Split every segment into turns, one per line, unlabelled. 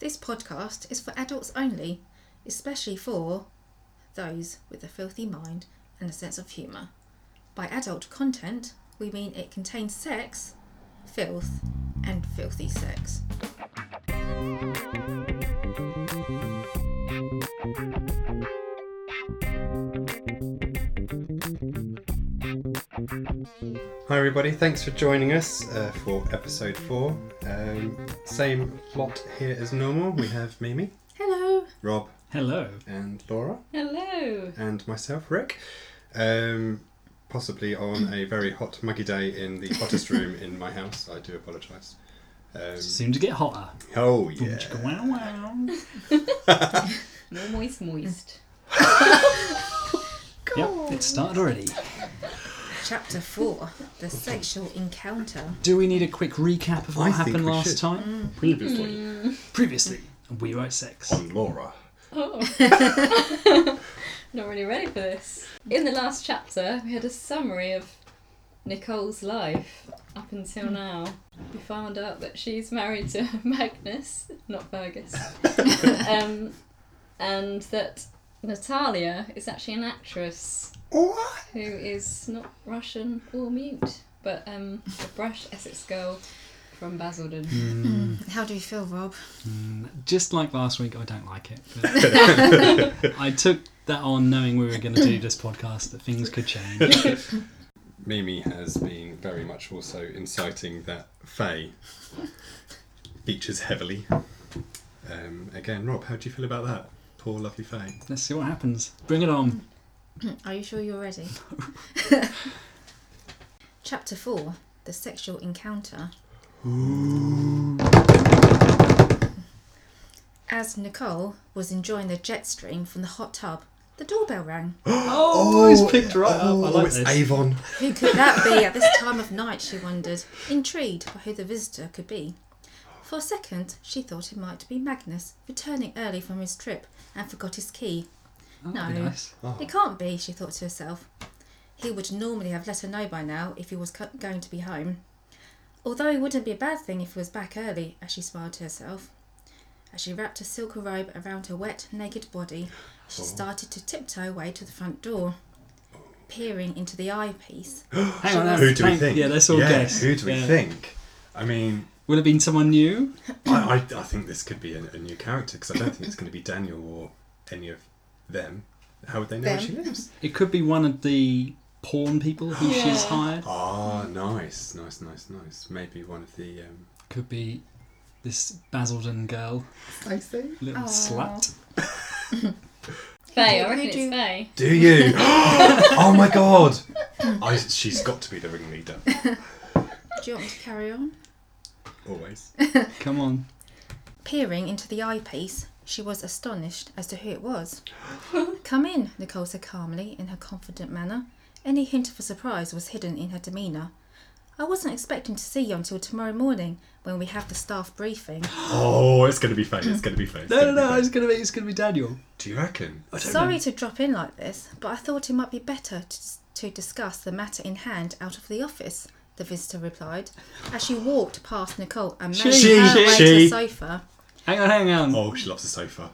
This podcast is for adults only, especially for those with a filthy mind and a sense of humour. By adult content, we mean it contains sex, filth, and filthy sex.
Hi, everybody. Thanks for joining us uh, for episode four. Um, same lot here as normal. We have Mimi,
Hello!
Rob,
Hello.
and Laura,
Hello.
and myself, Rick. Um, possibly on a very hot, muggy day in the hottest room in my house. I do apologise. Um,
Seem to get hotter.
oh,
Boom,
yeah.
chicka, wow, wow.
More moist, moist.
Yep, it started already.
Chapter 4 The Sexual Encounter.
Do we need a quick recap of
I
what
think
happened
we
last
should.
time?
Previously
Previously, on we write sex.
on Laura.
Oh. Not really ready for this. In the last chapter, we had a summary of Nicole's life up until now. We found out that she's married to Magnus, not Fergus, um, and that Natalia is actually an actress
What?
who is not Russian or mute, but um, a brash Essex girl from Basildon.
How do you feel, Rob?
Just like last week, I don't like it. But I took that on knowing we were going to do this podcast, that things could change.
Mimi has been very much also inciting that Faye features heavily. Um, again, Rob, how do you feel about that? Poor lovely Faye.
Let's see what happens. Bring it on.
Are you sure you're ready? Chapter 4 The Sexual Encounter. As Nicole was enjoying the jet stream from the hot tub, the doorbell rang.
Oh, it's picked right
oh,
up. I like
it's
this.
Avon.
Who could that be at this time of night, she wondered, intrigued by who the visitor could be. For a second, she thought it might be Magnus, returning early from his trip and forgot his key.
Oh, That'd be
No.
nice.
It can't be, she thought to herself. He would normally have let her know by now if he was co- going to be home. Although it wouldn't be a bad thing if he was back early, as she smiled to herself. As she wrapped her silk robe around her wet, naked body, she started to tiptoe away to the front door. Peering into the eyepiece,
Hang on.
Who do we
hang-
think?
Yeah, let's all guess.
Who do we
Yeah.
think? I mean,
Will it have been someone new?
I, I, I think this could be a, a new character because I don't think it's going to be Daniel or any of them. How would they know where she lives?
It could be one of the porn people who she's
Yeah.
hired.
Ah, nice, nice, nice, nice. Maybe one of the. Um,
Could be this Basildon girl.
I see.
Little
Aw.
slut.
Faye,
Who
I reckon
do you-
it's Faye.
Do you? oh my god! I, she's got to be the ringleader.
do you want me to carry on?
Always.
Come on.
Peering into the eyepiece, she was astonished as to who it was. Come in, Nicole said calmly, in her confident manner. Any hint of a surprise was hidden in her demeanour. I wasn't expecting to see you until tomorrow morning when we have the staff briefing.
Oh, it's going to be Faye. It's going to be Faye. it's
No, no,
gonna be
no!
Faye.
It's gonna be, it's gonna be Daniel.
Do you reckon?
I don't
Sorry
know.
to drop in like this, but I thought it might be better to, to discuss the matter in hand out of the office, the visitor replied, as she walked past Nicole and made
She-
her way to the
she-
sofa.
Hang on, hang on.
Oh, she loves the sofa.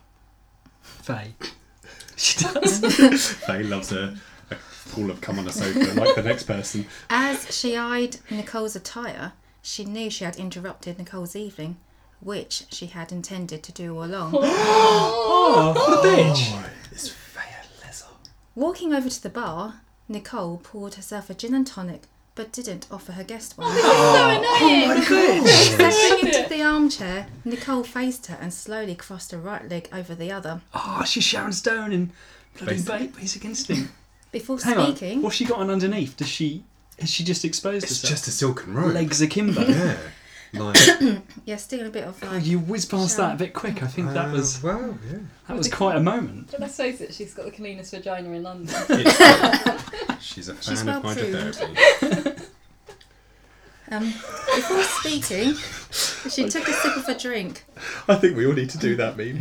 Faye. She does.
Faye loves a, a pool of cum on a sofa like the next person.
As she eyed Nicole's attire, she knew she had interrupted Nicole's evening, which she had intended to do all along.
oh, what a bitch.
Oh, it's Faye a lizard.
Walking over to the bar, Nicole poured herself a gin and tonic, but didn't offer her guest one.
Oh,
Stepping into the armchair, Nicole faced her and slowly crossed her right leg over the other.
Oh, she's Sharon Stone in bloody
Basic.
basic, basic Instinct.
Before
Hang on.
speaking,
What's she got on underneath? Does she? Has she just exposed
It's
herself?
just a silken robe.
legs akimbo.
Yeah. Like,
yeah, still a bit of
Oh,
like,
you whizzed past that a bit quick. I think that
uh,
was
Well, yeah.
that was quite a moment.
But I suppose that she's got the cleanest vagina in London.
It's- she's a fan
She's
of hydrotherapy.
um, before speaking, she took a sip of a drink.
I think we all need to do that meme.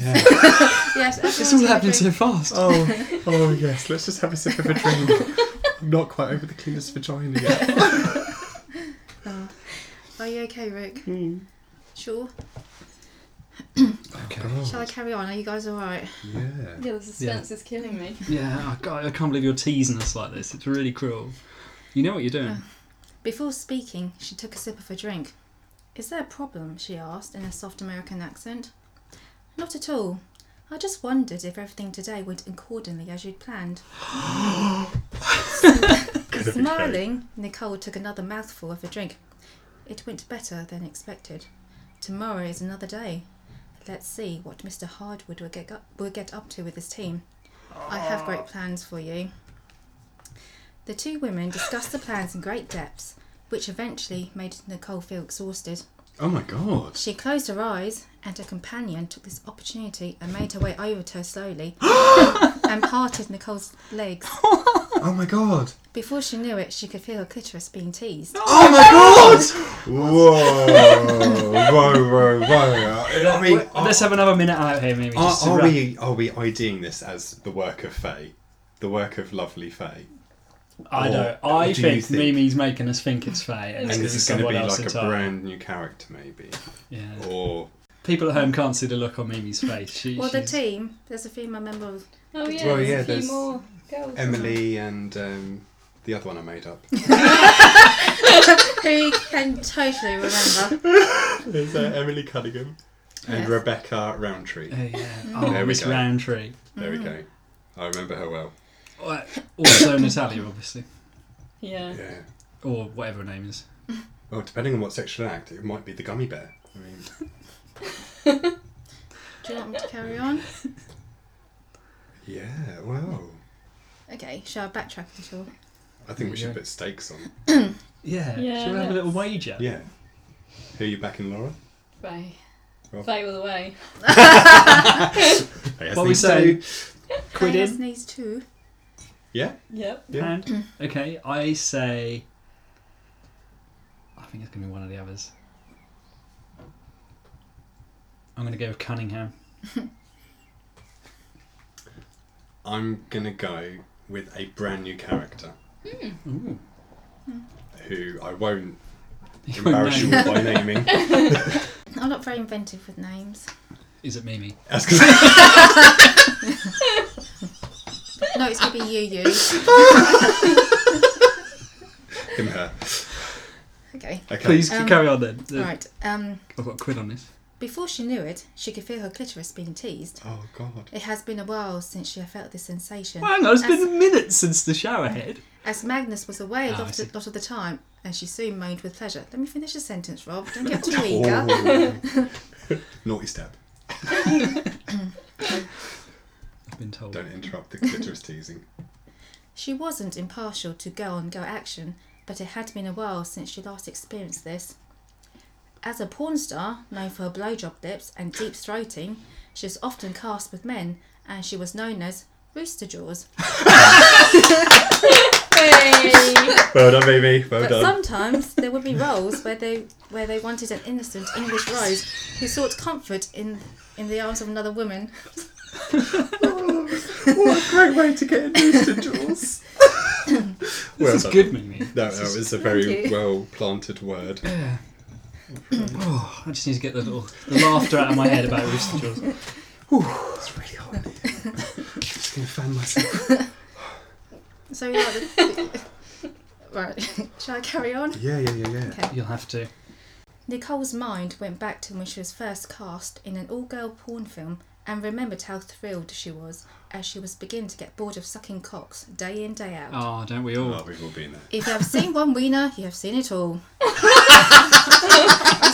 Yes,
It's all happening so fast.
Oh, oh yes. Let's just have a sip of a drink. I'm not quite over the cleanest vagina yet.
Oh, Are you okay, Rick? Sure.
okay.
God.
Shall I carry on? Are you guys alright?
Yeah.
Yeah, the suspense is killing me.
Yeah, oh, God, I can't believe you're teasing us like this. It's really cruel. You know what you're doing.
Before speaking, she took a sip of her drink. Is there a problem? she asked in a soft American accent. Not at all. I just wondered if everything today went accordingly as you'd planned.
Gonna be
Smiling, Nicole took another mouthful of her drink. It went better than expected. Tomorrow is another day. Let's see what Mr. Hardwood will get up, will get up to with his team. I have great plans for you. The two women discussed the plans in great depths, which eventually made Nicole feel exhausted.
Oh my god.
She closed her eyes, and her companion took this opportunity and made her way over to her slowly and parted Nicole's legs.
Oh my god.
Before she knew it, she could feel her clitoris being teased.
Oh my god! Whoa, whoa, whoa, whoa! I mean, are,
Let's have another minute out here, maybe.
are,
just to
are
wrap-
we are we IDing this as the work of Faye, the work of lovely Faye?
I don't.
or
I
do you
think,
think-
Mimi's making us think it's Faye, and, it's
And this is going to
someone
be
else
like a
entirely.
brand new character, maybe,
Yeah.
or
People at home can't see the look on Mimi's face. She,
Well, the
she's...
team, there's a female member of.
Oh yeah,
Well,
there's
yeah,
a few
there's
more girls.
Emily and um, the other one I made up.
Who can totally remember?
Is that Emily Cunningham and
Yes.
Rebecca Roundtree?
Oh, yeah.
Mm.
Oh,
There we
Miss
go.
Roundtree.
There we go. I remember her well.
Or- Also Natalia, obviously.
Yeah.
Yeah.
Or whatever her name is.
Well, depending on what sexual act, it might be the gummy bear. I mean,
Do you want me to carry on?
yeah. Wow.
Okay, shall I backtrack at all?
I think we
Yeah.
should put stakes on.
Yeah.
Yeah,
Should we have a little
let's-
wager?
Yeah. Who are you backing, Laura?
Faye.
Well-
Faye all the way.
I
What we say?
think
Quid
I
in?
sneeze too.
Yeah.
Yep.
Yeah.
Hand? okay, I say. I think it's going to be one of the others. I'm going to go with Cunningham.
I'm gonna go with a brand new character
Ooh.
who I won't
You won't
embarrass you
know.
all by naming.
I'm not very inventive with names.
Is it Mimi?
That's 'cause-
No, it's gonna be you, you.
him, her.
Okay.
Okay.
Please
Um,
carry on then. The-
Right. Um.
I've got a quid on this.
Before she knew it, she could feel her clitoris being teased.
Oh God.
It has been a while since she had felt this sensation.
Well, hang on, it's
That's-
been minutes since the shower head.
As Magnus was away a
Ah, I
lot,
see.
a lot of the time, and she soon moaned with pleasure. Let me finish the sentence, Rob. Don't get too eager.
Oh. Naughty step.
I've been told.
Don't interrupt the clitoris teasing.
She wasn't impartial to go on go action, but it had been a while since she last experienced this. As a porn star, known for her blowjob lips and deep throating, she was often cast with men, and she was known as Rooster Jaws.
Hey.
Well done, baby. Well
But sometimes there would be roles where they where they wanted an innocent English rose who sought comfort in in the arms of another woman.
what a great way to get induced into Jaws.
This
well
is
done.
good, Mimi.
No, that was a very
Thank you.
well planted word.
Yeah. oh, I just need to get the little the laughter out of my head about Rooster Jaws.
It's really hot. I'm just gonna fan myself.
So like the, right, shall I carry on?
Yeah, yeah, yeah, yeah.
Okay.
You'll have to.
Nicole's mind went back to when she was first cast in an all girl porn film and remembered how thrilled she was as she was beginning to get bored of sucking cocks day in, day out.
Oh, don't we all?
Oh, we've all been there.
If you have seen one wiener, you have seen it all. I'm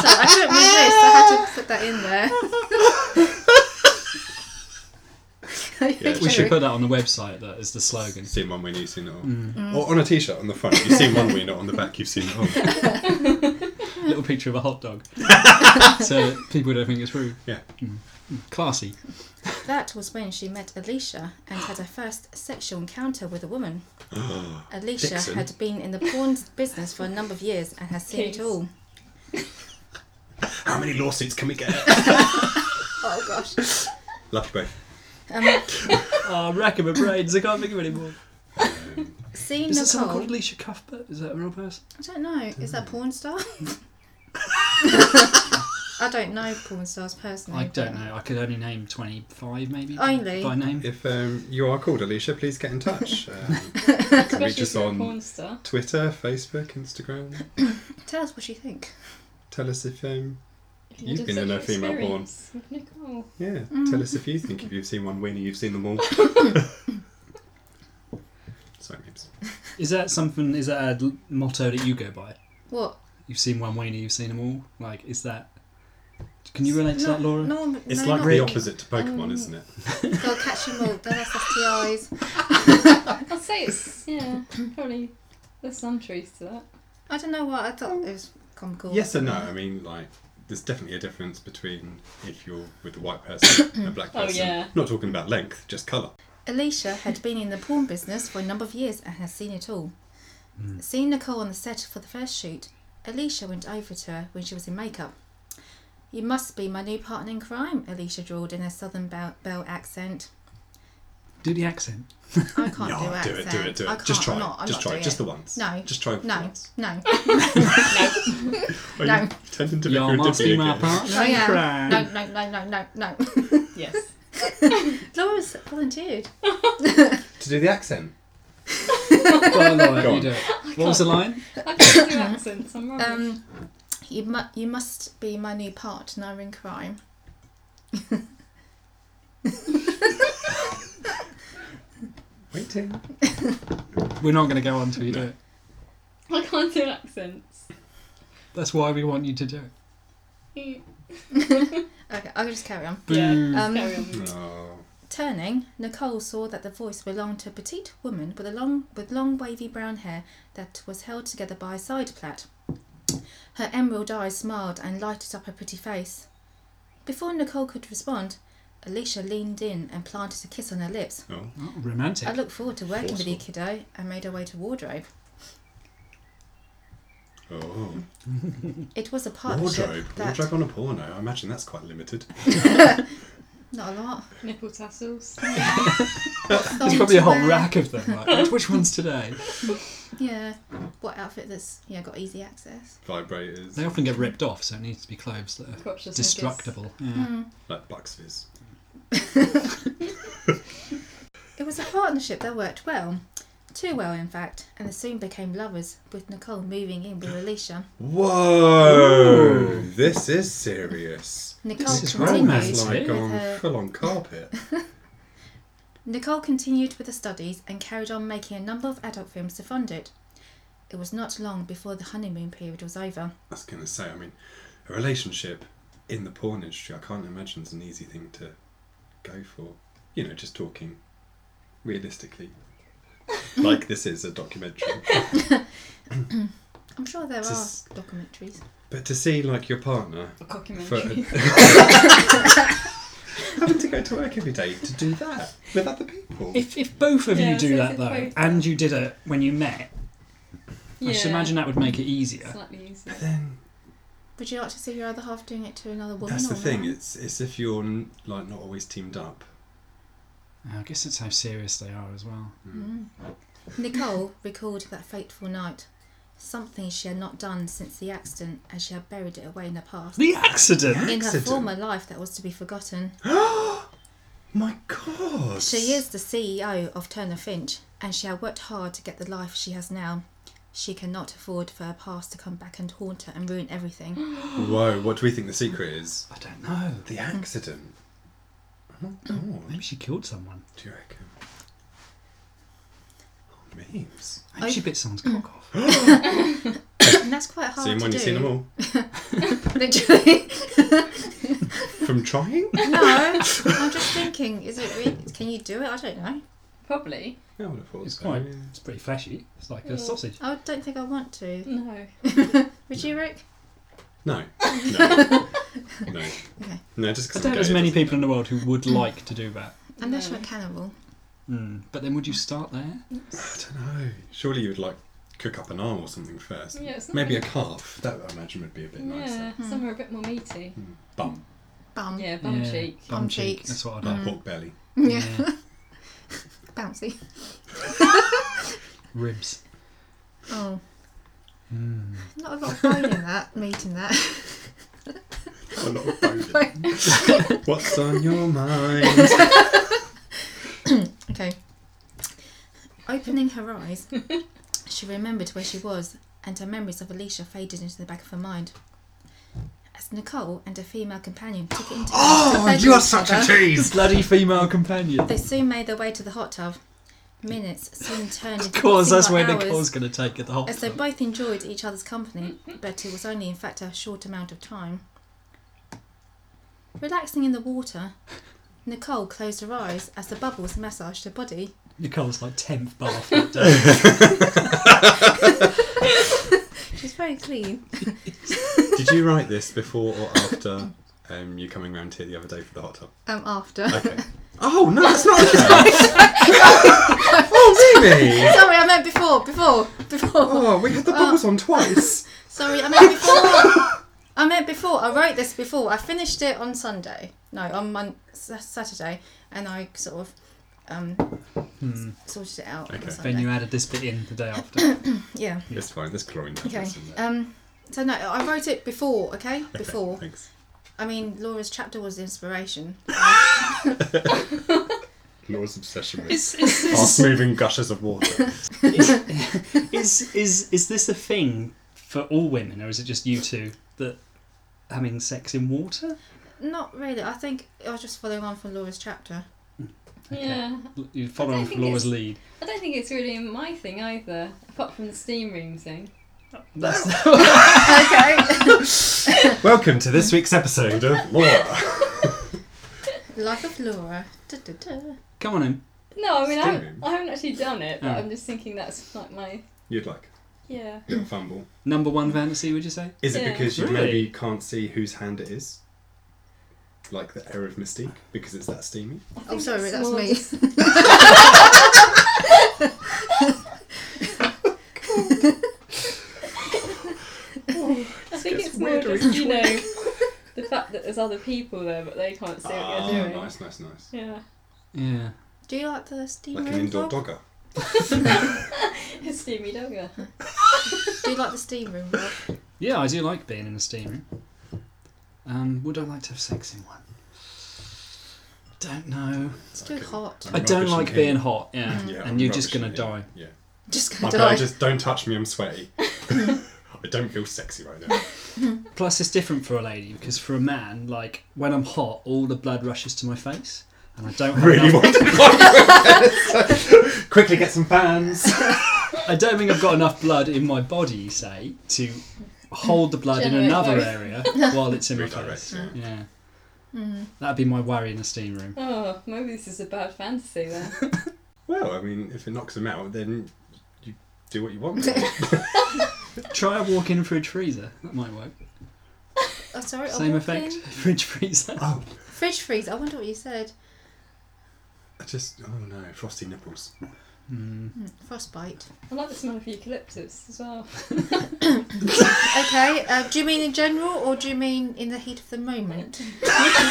sorry, I couldn't resist. I had to put that in there.
Yeah,
we should put that on the website. That is the slogan.
Seen one win, you've seen it all. Or on a t-shirt on the front, you've seen one win, on the back, you've seen it all.
Ah.
little picture of a hot dog, so that people don't think it's rude. Mm.
Yeah.
Classy.
That was when she met Alicia and had her first sexual encounter with a woman. Alicia
Dixon.
had been in the porn business for a number of years and has seen it
Keys.
all.
How many lawsuits can we get?
Oh gosh.
Love you both.
Um,
Oh, I'm racking my brains. I can't think of any more.
seeing
Is that someone
Nicole.
called Alicia Cuthbert? Is that a real person?
I don't know. Is that a porn star? I don't know porn stars personally.
I don't know. I could only name 25 maybe.
Only.
By name.
If um, you are called Alicia, please get in touch. Um,
Especially
reach us
if you're a
on-
porn star.
Twitter, Facebook, Instagram.
but Tell us what you think.
Tell us if um,
If you had
You've been
such
in
an
a female porn.
experience with Nicole.
yeah. Tell us if you think if you've seen one win or you've seen them all. Sorry, Mims.
Is that something? Is that a l- motto that you go by?
What?
You've seen one weenie, you've seen them all. Like, is that? Can you relate to that, Laura?
No, one-
It's
no,
like
not
the
really.
opposite to Pokemon,
Um,
isn't it?
They'll catch them all. They'll have STIs.
I'd say it's yeah, probably there's some truth to that.
I don't know what. I thought it was comical.
Yes and no. I mean, like, there's definitely a difference between if you're with a white person and a black
Oh,
person.
yeah.
Not talking about length, just colour.
Alicia had been in the porn business for a number of years and had seen it all.
Hmm.
Seeing Nicole on the set for the first shoot, Alicia went over to her when she was in makeup. You must be my new partner in crime, Alicia drawled in her southern belle, belle accent.
Do the accent.
I can't do
No,
accent.
it, do it, do it.
I can't,
just try.
I'm
it.
not, I'm
just
not
try.
doing
it. Just
it.
the once.
No.
Just try for
No,
once.
no,
Are
No.
you tending to
Y'all
make her a
must
dippy
be my
again?
partner.
Oh,
in
yeah.
crime.
no, no, no, no, no, no.
Yes.
Laura's volunteered.
To do the accent.
Go on, Laura,
Go
you
on.
do it. What was the line?
I can't do accents, I'm rubbish.
Um, you, mu- you must be my new partner in crime.
Waiting.
We're not going to go on till you do
No.
it.
I can't do accents.
That's why we want you to do it.
Yeah,
Okay, I'll just carry on.
Boo.
Um,
carry on.
No.
Turning, Nicole saw that the voice belonged to a petite woman with a long with long wavy brown hair that was held together by a side plait. Her emerald eyes smiled and lighted up her pretty face. Before Nicole could respond, Alicia leaned in and planted a kiss on her lips.
Oh.
Oh, romantic.
I look forward to working with you, kiddo, and made her way to wardrobe.
Oh.
It was a partnership
Wardrobe.
that
Wardrobe on a porno. I imagine that's quite limited.
not a lot.
Nipple tassels.
There's probably a whole rack of them. Like, which, which one's today?
Yeah. What outfit that's yeah got easy access?
Vibrators.
They often get ripped off, so it needs to be clothes that are
Crotchless knickers.
destructible. Yeah.
Hmm.
Like Bucks Fizz.
It was a partnership that worked well. Too well, in fact, and they soon became lovers, with Nicole moving in with Alicia.
Whoa! This is serious.
Nicole
This is
continued.
romance.
It's like
With
on
her-
full on carpet.
Nicole continued with her studies and carried on making a number of adult films to fund it. It was not long before the honeymoon period was over.
I was gonna say, I mean, a relationship in the porn industry, I can't imagine is an easy thing to go for. You know, just talking realistically. like this is a documentary.
I'm sure there are
Just-
documentaries.
But to see like your partner
A
for
cockumentary.
having to go to work every day to do that with other people.
If, if both of
Yeah,
you do
so
that
if
though,
both-
and you did it when you met,
yeah.
I just imagine that would make it easier.
Slightly easier.
But then
Would you like to see your other half doing it to another woman?
that's the
or
thing.
not?
It's it's if you're n- like not always teamed up.
I guess it's how serious they are as well.
Mm.
Mm.
Nicole recalled that fateful night, something she had not done since the accident, and she had buried it away in the past.
The accident.
In her
Accident?
former life, that was to be forgotten.
My God.
She is the CEO of Turner Finch, and she had worked hard to get the life she has now. She cannot afford for her past to come back and haunt her and ruin everything.
Whoa. What do we think the secret is?
I don't know.
The
Hmm.
accident. Oh
Mm.
my God.
Maybe she killed someone.
Do you reckon? Oh, memes.
Maybe
I-
she bit someone's cock off.
Mm.
and that's quite hard
See them
to
when
do.
you've seen them all.
Literally.
From trying?
No, I'm just thinking, is it really, can you do it? I don't know.
Probably.
I would have thought
It's
so,
quite.
yeah.
It's pretty fleshy. It's like
Yeah.
a sausage.
I don't think I want to.
No.
Would you, Rick?
No. No. no.
Okay.
No, just because
I doubt there's many people in the world who
Mm.
would like to do that.
Unless
No.
you're a cannibal.
Mm. But then would you start there?
I don't know. Surely you would like cook up an arm or something first.
Yeah, it's not
Maybe a
like-
calf. That I imagine would be a bit
Yeah,
nicer.
somewhere a bit more meaty.
Hmm.
Bum.
Bum.
Yeah, bum
Yeah,
cheek.
Bum
Bum
cheek.
cheeks.
That's what I'd
Like
like.
pork belly.
Yeah.
Yeah.
Bouncy.
Ribs.
Oh. Not a lot of bone in that, meat in that.
A lot of Bowden. What's on your mind?
Okay. Opening her eyes, she remembered where she was, and her memories of Alicia faded into the back of her mind. As Nicole and her female companion took it into
Oh, you are such a
two.
tease!
Bloody female companion.
They soon made their way to the hot tub. Minutes soon turned into
Of course, that's
single
where
hours,
Nicole's going to take it. The whole
As they both enjoyed each other's company, but it was only, in fact, a short amount of time. Relaxing in the water, Nicole closed her eyes as the bubbles massaged her body.
Nicole's like tenth bath that day.
She's very clean.
Did you write this before or after um, you coming round here the other day for the hot tub?
Um, after.
Okay. Oh, no, that's not okay. oh, really?
Sorry, I meant before, before, before.
Oh, we had the bubbles on twice.
Sorry, I meant before. I meant before. I wrote this before. I finished it on Sunday. No, on Mon- Sa- Saturday, and I sort of um,
Hmm.
sorted it out
Okay.
on
Then
Sunday.
you added this bit in the day after.
Yeah.
It's fine, there's chlorine
Okay.
tablets in there.
Um. So no, I wrote it before. Okay, before.
Thanks.
I mean, Laura's chapter was the inspiration.
Laura's obsession with
Is, is,
fast
this,
moving gushes of water.
is, is, is this a thing for all women, or is it just you two that having sex in water?
Not really. I think I was just following on from Laura's chapter.
Okay.
Yeah.
You follow
I
on
don't
from
think
Laura's
it's-
lead.
I don't think it's really my thing either, apart from the steam room thing.
That's
okay.
Welcome to this week's episode of Laura.
Life of Laura. Da, da, da.
Come on in.
No, I mean, I
Steam
haven't,
room?
I haven't actually done it, but
Oh.
I'm just thinking that's like my.
You'd like
Yeah.
a little fumble.
Number one fantasy, would you say?
Is it
Yeah.
because you
Really?
maybe can't see whose hand it is? Like the error of Mystique, because it's that steamy?
I think
Oh, sorry,
it's
that's
more
me.
just- I think
gets
it's more
weirder
just, you know, the fact that there's other people there, but they can't see what
Ah,
you're doing.
nice, nice, nice.
Yeah.
Yeah.
Do you like the steam
Like
room?
an indoor
Rob?
dogger.
It's steamy dogger.
Do you like the steam room? Rob?
Yeah, I do like being in a steam room. Um, would I like to have sex in one? Don't know.
It's too
Okay.
hot.
I'm
I don't
rubbish
like
in
being
here.
hot, yeah.
Mm.
Yeah,
and
I'm
you're just gonna
rubbish in
die.
here. Yeah.
Just
My
gonna
God,
die.
just don't touch me, I'm sweaty. I don't feel sexy right now.
Plus, it's different for a lady because for a man, like when I'm hot, all the blood rushes to my face, and I don't have
really
enough-
want to Quickly get some fans.
I don't think I've got enough blood in my body, say, to hold the blood in
Generate
another
both.
area while it's in my
Redirect,
face.
yeah.
Yeah,
Hmm.
that'd be my worry in a steam room.
Oh, maybe this is a bad fantasy then.
Well, I mean, if it knocks them out, then you do what you want.
Try walking in a fridge freezer. That might work.
Oh, sorry. a
Same
walk
effect.
in?
Fridge freezer.
oh,
Fridge freeze. I wonder what you said.
I just, oh no, frosty nipples.
Hmm.
Mm, Frostbite.
I like the smell of eucalyptus as well.
Okay. Uh, do you mean in general, or do you mean in the heat of the moment? I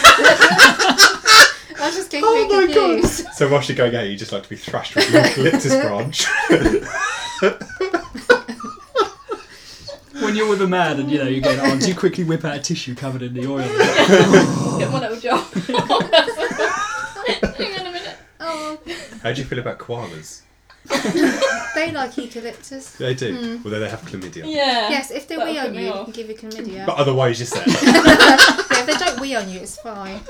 was just getting
Oh
very
my God.
confused.
So while she going out, you just like to be thrashed with an eucalyptus branch.
When you're with a man and you know you get on, do you quickly whip out a tissue covered in the oil? Oh.
Get one little job. Hang on a minute.
Oh,
How do you feel about koalas?
they like eucalyptus.
They do, although they have chlamydia.
Yeah.
Yes, if they
That'll
wee
put
on
me
you, you
off.
can give you chlamydia.
But otherwise, you're set.
yeah, if they don't wee on you, it's fine.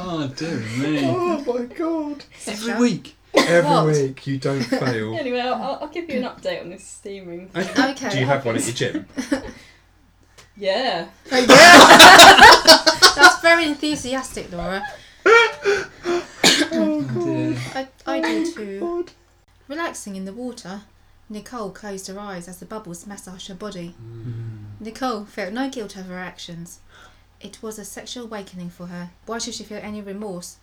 Oh, dear me.
oh my god!
Every week.
Every
What?
week you don't fail.
Anyway, I'll, I'll- I'll give you an update on this steam room.
Okay.
Do you have one at your gym?
Yeah.
Oh, yeah. That's very enthusiastic, Laura.
Oh, dear.
I, I do too. Relaxing in the water, Nicole closed her eyes as the bubbles massaged her body. Nicole felt no guilt over her actions. It was a sexual awakening for her. Why should she feel any remorse?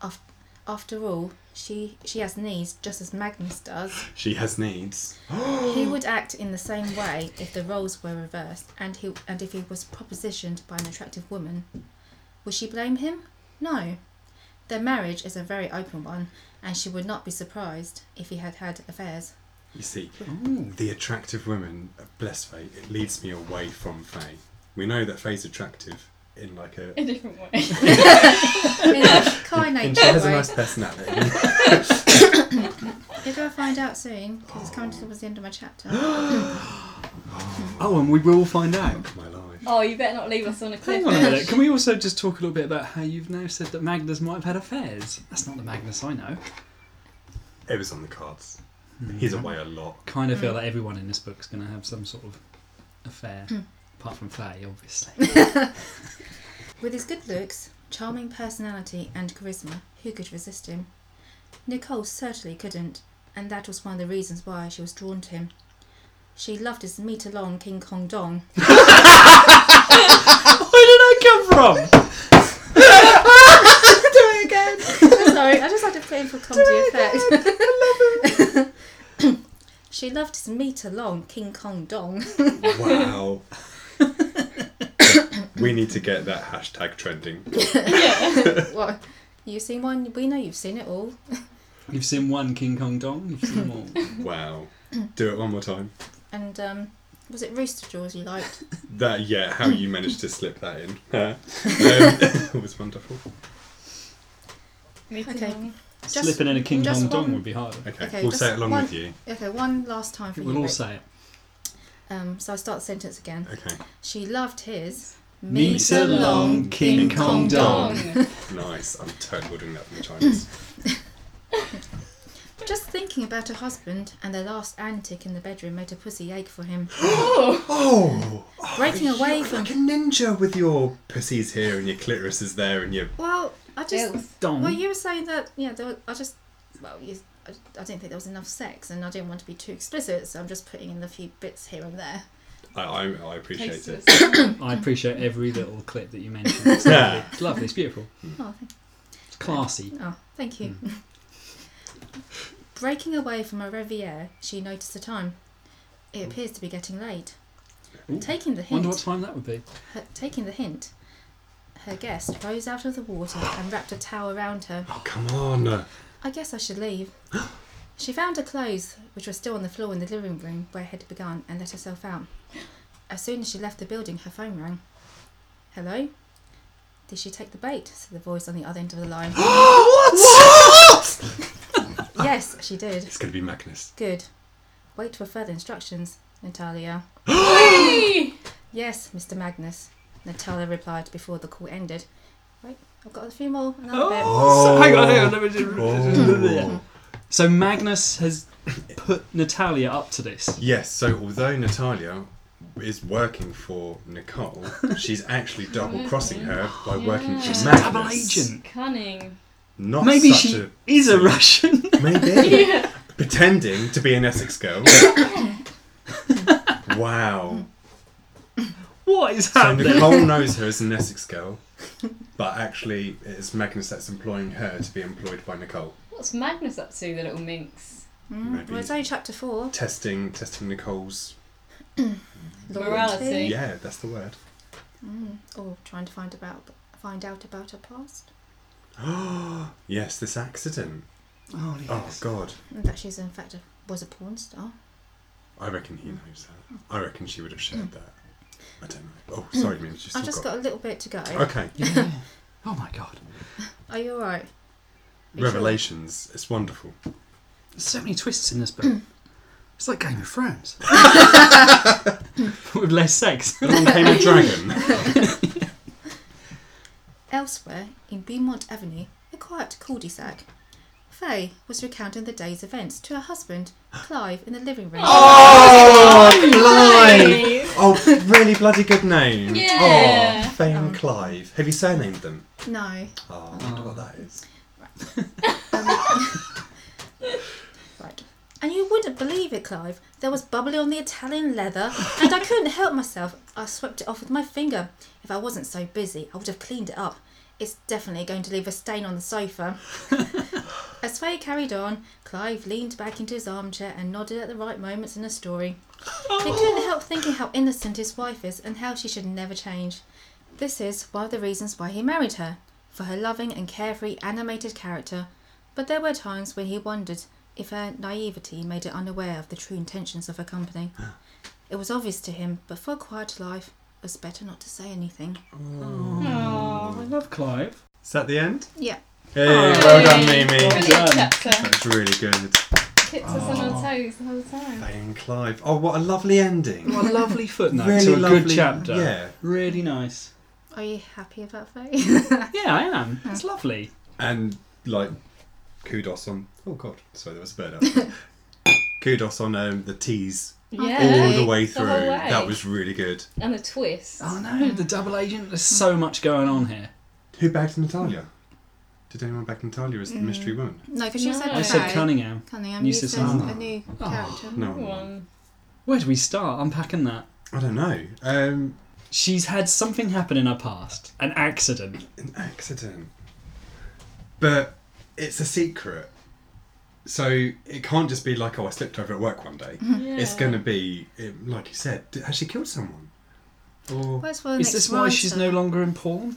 Af- After all, she she has needs just as Magnus does.
She has needs.
he would act in the same way if the roles were reversed, and he and if he was propositioned by an attractive woman. Would she blame him? No. Their marriage is a very open one, and she would not be surprised if he had had affairs.
You see,
Oh,
Ooh.
the attractive women, bless Faye, it leads me away from Faye. We know that Faye's attractive, in like a.
a different way.
In a kind
And
nature,
she has a
way.
nice personality.
You're going to find out soon because it's coming towards the end of my chapter.
Oh, and we will find out.
My life.
Oh, you better not leave us on a
Hang on a minute.
cliffhanger.
Can we also just talk a little bit about how you've now said that Magnus might have had affairs? That's not the Magnus I know.
It was on the cards. He's away a lot.
Hmm. Kind of feel
Hmm.
that everyone in this book's going to have some sort of affair,
Hmm.
apart from Faye, obviously.
With his good looks, charming personality, and charisma, who could resist him? Nicole certainly couldn't, and that was one of the reasons why she was drawn to him. She loved his meter long King Kong Dong.
Where did that come from?
Do it again! Sorry, I just had to put in for comedy effect. she loved his meter long King Kong Dong.
Wow. we need to get that hashtag trending.
what? You've seen one? We know you've seen it all.
You've seen one King Kong Dong, you've seen them all.
Wow. Do it one more time.
And, um, was it Rooster Jaws you liked?
That yeah, how you managed to slip that in um, was wonderful.
Meeting
Okay.
on-
Just-
Slipping in a King
just
Kong Dong
one-
would be harder.
Okay,
Okay,
we'll
just
say it along
one-
with you.
Okay, one last time for you.
We'll all
Rick.
say it.
Um, so I start the sentence again.
Okay,
She loved his
Meter long King Kong Dong.
nice. I'm totally doing that from the Chinese.
Just thinking about her husband and their last antic in the bedroom made her pussy ache for him.
oh,
Breaking away from.
like a ninja with your pussies here and your clitoris is there and your
Well, I just.
Ew.
Dong.
Well, you were saying that. Yeah, there was, I just. Well, you, I, I didn't think there was enough sex, and I didn't want to be too explicit, so I'm just putting in a few bits here and there.
I, I, I appreciate it.
Tasteless.
I appreciate every little clip that you mentioned. It's lovely. It's lovely. It's beautiful.
Oh, thank,
It's classy.
oh, thank you.
Hmm.
Breaking away from her revier, she noticed the time. It appears to be getting late.
Hmm. Ooh.
Taking the hint.
Wonder what time that would be.
Her, taking the hint, her guest rose out of the water and wrapped a towel around her.
Oh come on.
I guess I should leave. She found her clothes, which were still on the floor in the living room where it had begun, and let herself out. As soon as she left the building, her phone rang. Hello? Did she take the bait? said the voice on the other end of the line. yes, she did.
It's gonna be Magnus.
Good. Wait for further instructions, Natalia. yes, Mr. Magnus, Natalia replied before the call ended. Wait, I've got a few more. Another bit.
Oh, So, hang on, hang on. Let me just...
Oh.
So Magnus has put Natalia up to this.
Yes, so although Natalia is working for Nicole, she's actually double crossing her by working for
She's a
Magnus.
double agent.
Cunning.
Not
Maybe
such
she is a Russian.
a maybe pretending to be an Essex girl. wow.
what is
So
happening?
Nicole knows her as an Essex girl, but actually it is Magnus that's employing her to be employed by Nicole.
What's Magnus up to, the little minx?
Mm, well, it's only chapter four.
Testing, testing Nicole's.
Morality.
Yeah, that's the word.
Hmm. Or trying to find about find out about her past.
Yes, this accident.
Oh,
Oh
yes.
God.
And that she's in fact a, was a porn star.
I reckon he knows that. I reckon she would have shared that. I don't know. Oh, sorry, Mim.
I've just got a little bit to go.
Okay,
Yeah. Oh my god.
Are you alright? sure?
Revelations. It's wonderful.
There's so many twists in this book. It's like Game of Thrones. With less sex.
Along came a dragon.
Elsewhere, in Beaumont Avenue, a quiet cul-de-sac, Faye was recounting the day's events to her husband, Clive, in the living room.
Oh, Clive! Oh, really bloody good name.
Yeah.
Oh, Faye and Clive. Have you surnamed them?
No.
Oh, I wonder what that is.
Right. And you wouldn't believe it, Clive. There was bubbly on the Italian leather, and I couldn't help myself. I swept it off with my finger. If I wasn't so busy, I would have cleaned it up. It's definitely going to leave a stain on the sofa. As Faye carried on, Clive leaned back into his armchair and nodded at the right moments in the story. He couldn't help thinking how innocent his wife is and how she should never change. This is one of the reasons why he married her, for her loving and carefree animated character. But there were times when he wondered if her naivety made her unaware of the true intentions of her company. It was obvious to him, but for a quiet life, was better not to say anything.
Oh, I love Clive.
Is that the end?
Yeah.
Hey,
Oh.
well done,
Yay.
Mimi.
Well
Brilliant
done.
chapter.
That's really good.
Keeps us on our toes the whole time.
Playing Clive. Oh, what a lovely ending.
What a lovely footnote
Really
to a good
lovely-
chapter.
yeah.
Really nice.
Are you happy about that?
Yeah, I am. It's lovely.
And like, kudos on. Oh God, sorry, there was a bird out. kudos on um, the tease all
Yeah.
Hey,
the way
Uh, the
through.
whole way.
That was really good.
And a twist.
Oh no, the double agent. There's so much going on here.
Who bagged Natalia? Did anyone bag Natalia as the mystery woman?
no, because you said
No.
I said
about-
Cunningham.
Cunningham.
You
You
said
said
something.
a new
Oh,
character.
No
Come
one.
on.
Where do we start unpacking that?
I don't know. Um,
She's had something happen in her past, an accident.
an accident. But it's a secret. So it can't just be like, oh, I slipped over at work one day.
Yeah.
It's going to be, it, like you said, d- has she killed someone? Or.
Where's for the
Is
next
this why she's no
roster?
longer in porn?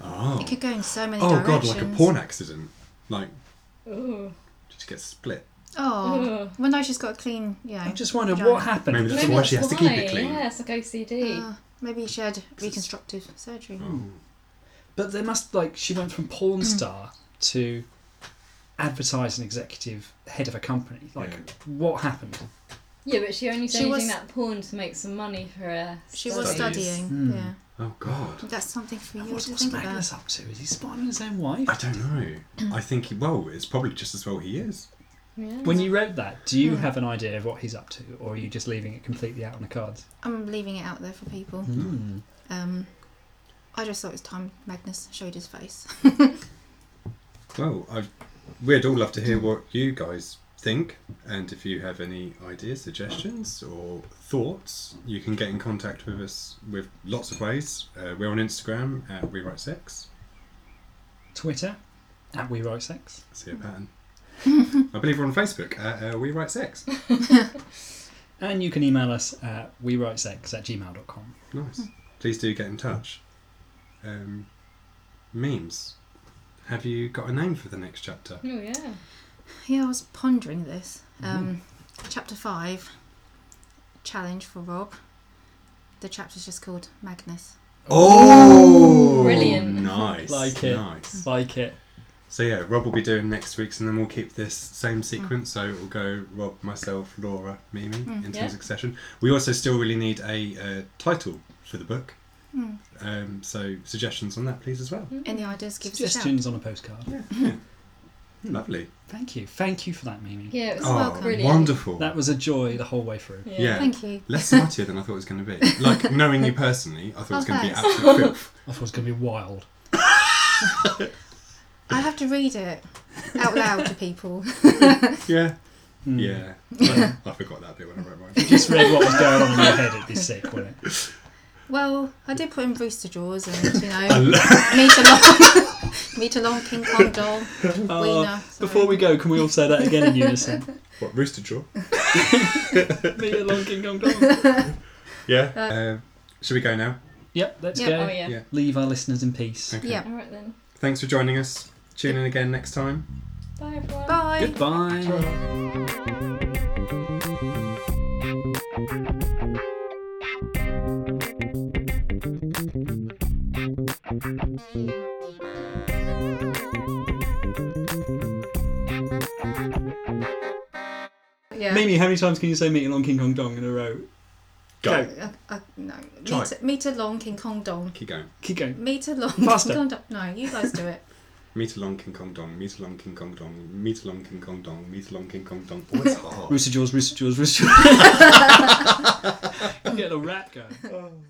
Oh.
It could go in so many
Oh, God,
directions.
like a porn accident. Like, Oh.
Ooh.
just get split.
Oh,
Ugh.
well, no, she's got a clean. You know,
I just wondered
Yeah.
what happened.
Maybe that's
Maybe
why she has to keep it
why.
clean.
Yeah, it's like OCD.
uh, maybe she had reconstructive surgery.
Hmm. But there must like she went from porn
Mm.
star to advertising executive, head of a company. Like
Yeah.
what happened?
yeah, but she only
She
started
was-
doing that porn to make some money for her.
She was
Studies.
studying.
Hmm.
Yeah,
Oh, God.
that's something for you
What's,
to
what's
think about.
Magnus up to? Is he spying on his own wife?
I don't know. I think, he, well, it's probably just as well he is.
Yeah.
When you read that, do
Hmm.
you have an idea of what he's up to, or are you just leaving it completely out on the cards?
I'm leaving it out there for people.
Hmm.
Um, I just thought it was time Magnus showed his face.
Well, I, we'd all love to hear what you guys think, and if you have any ideas, suggestions, or thoughts, you can get in contact with us with lots of ways. Uh, we're on Instagram at Rewrite Sex.
Twitter at We Write Sex.
I see a pattern. I believe we're on Facebook at uh, We Write Sex.
And you can email us at we write sex at gmail.com.
Nice. Please do get in touch. Um, memes. Have you got a name for the next chapter?
Oh yeah.
yeah, I was pondering this.
Mm-hmm.
Um, Chapter five, challenge for Rob. The chapter's just called Magnus.
Oh,
Brilliant.
Nice,
Like it.
Nice.
Like it.
So yeah, Rob will be doing next week's, and then we'll keep this same sequence. So it will go Rob, myself, Laura, Mimi in
Yeah.
terms of succession. We also still really need a uh, title for the book. Um, so suggestions on that, please, as well.
Mm-hmm.
Any ideas? Give us a shout.
Suggestions on a postcard. Hmm.
Lovely. Ah,
Thank you. Thank you for that, Mimi.
Yeah, it was
Oh,
welcome. brilliant.
wonderful.
That was a joy the whole way through.
Yeah.
yeah.
Thank you.
Less smuttier than I thought it was going to be. Like knowing you personally, I thought it was
Oh,
going to be
thanks.
absolute filth.
I thought it was going to be wild.
I have to read it out loud to people.
Yeah.
Mm.
Yeah. Well, I forgot that bit when I wrote mine.
Just read what was going on in your head, it'd be sick, wouldn't it?
Well, I did put in Brewster Jaws and, you know, meet a long, meet a long King Kong doll. Wiener, sorry.
Uh, before we go, can we all say that again in unison?
What rooster jaw?
Me along King Kong Dong.
Yeah. Uh, should we go now?
Yep, let's
Yeah.
go.
Oh yeah.
Yeah.
Leave our listeners in peace.
Okay.
Yeah.
All right then.
Thanks for joining us. Tune in again next time.
Bye everyone.
Bye.
Goodbye.
Yeah.
Mimi, how many times can you say meet along King Kong Dong in a row?
Go.
Uh, uh, no.
Try.
Meet, meet a long King Kong doll.
Keep going.
Keep going.
Meet a long
Faster.
King Kong doll. No, you guys do it.
Meet along King Kong Dong, meet along King Kong Dong, meet along King Kong Dong, meet along King Kong Dong. Oh, it's hard.
Rooster Jaws, Rooster Jaws, Rooster Jaws. Get a rap going.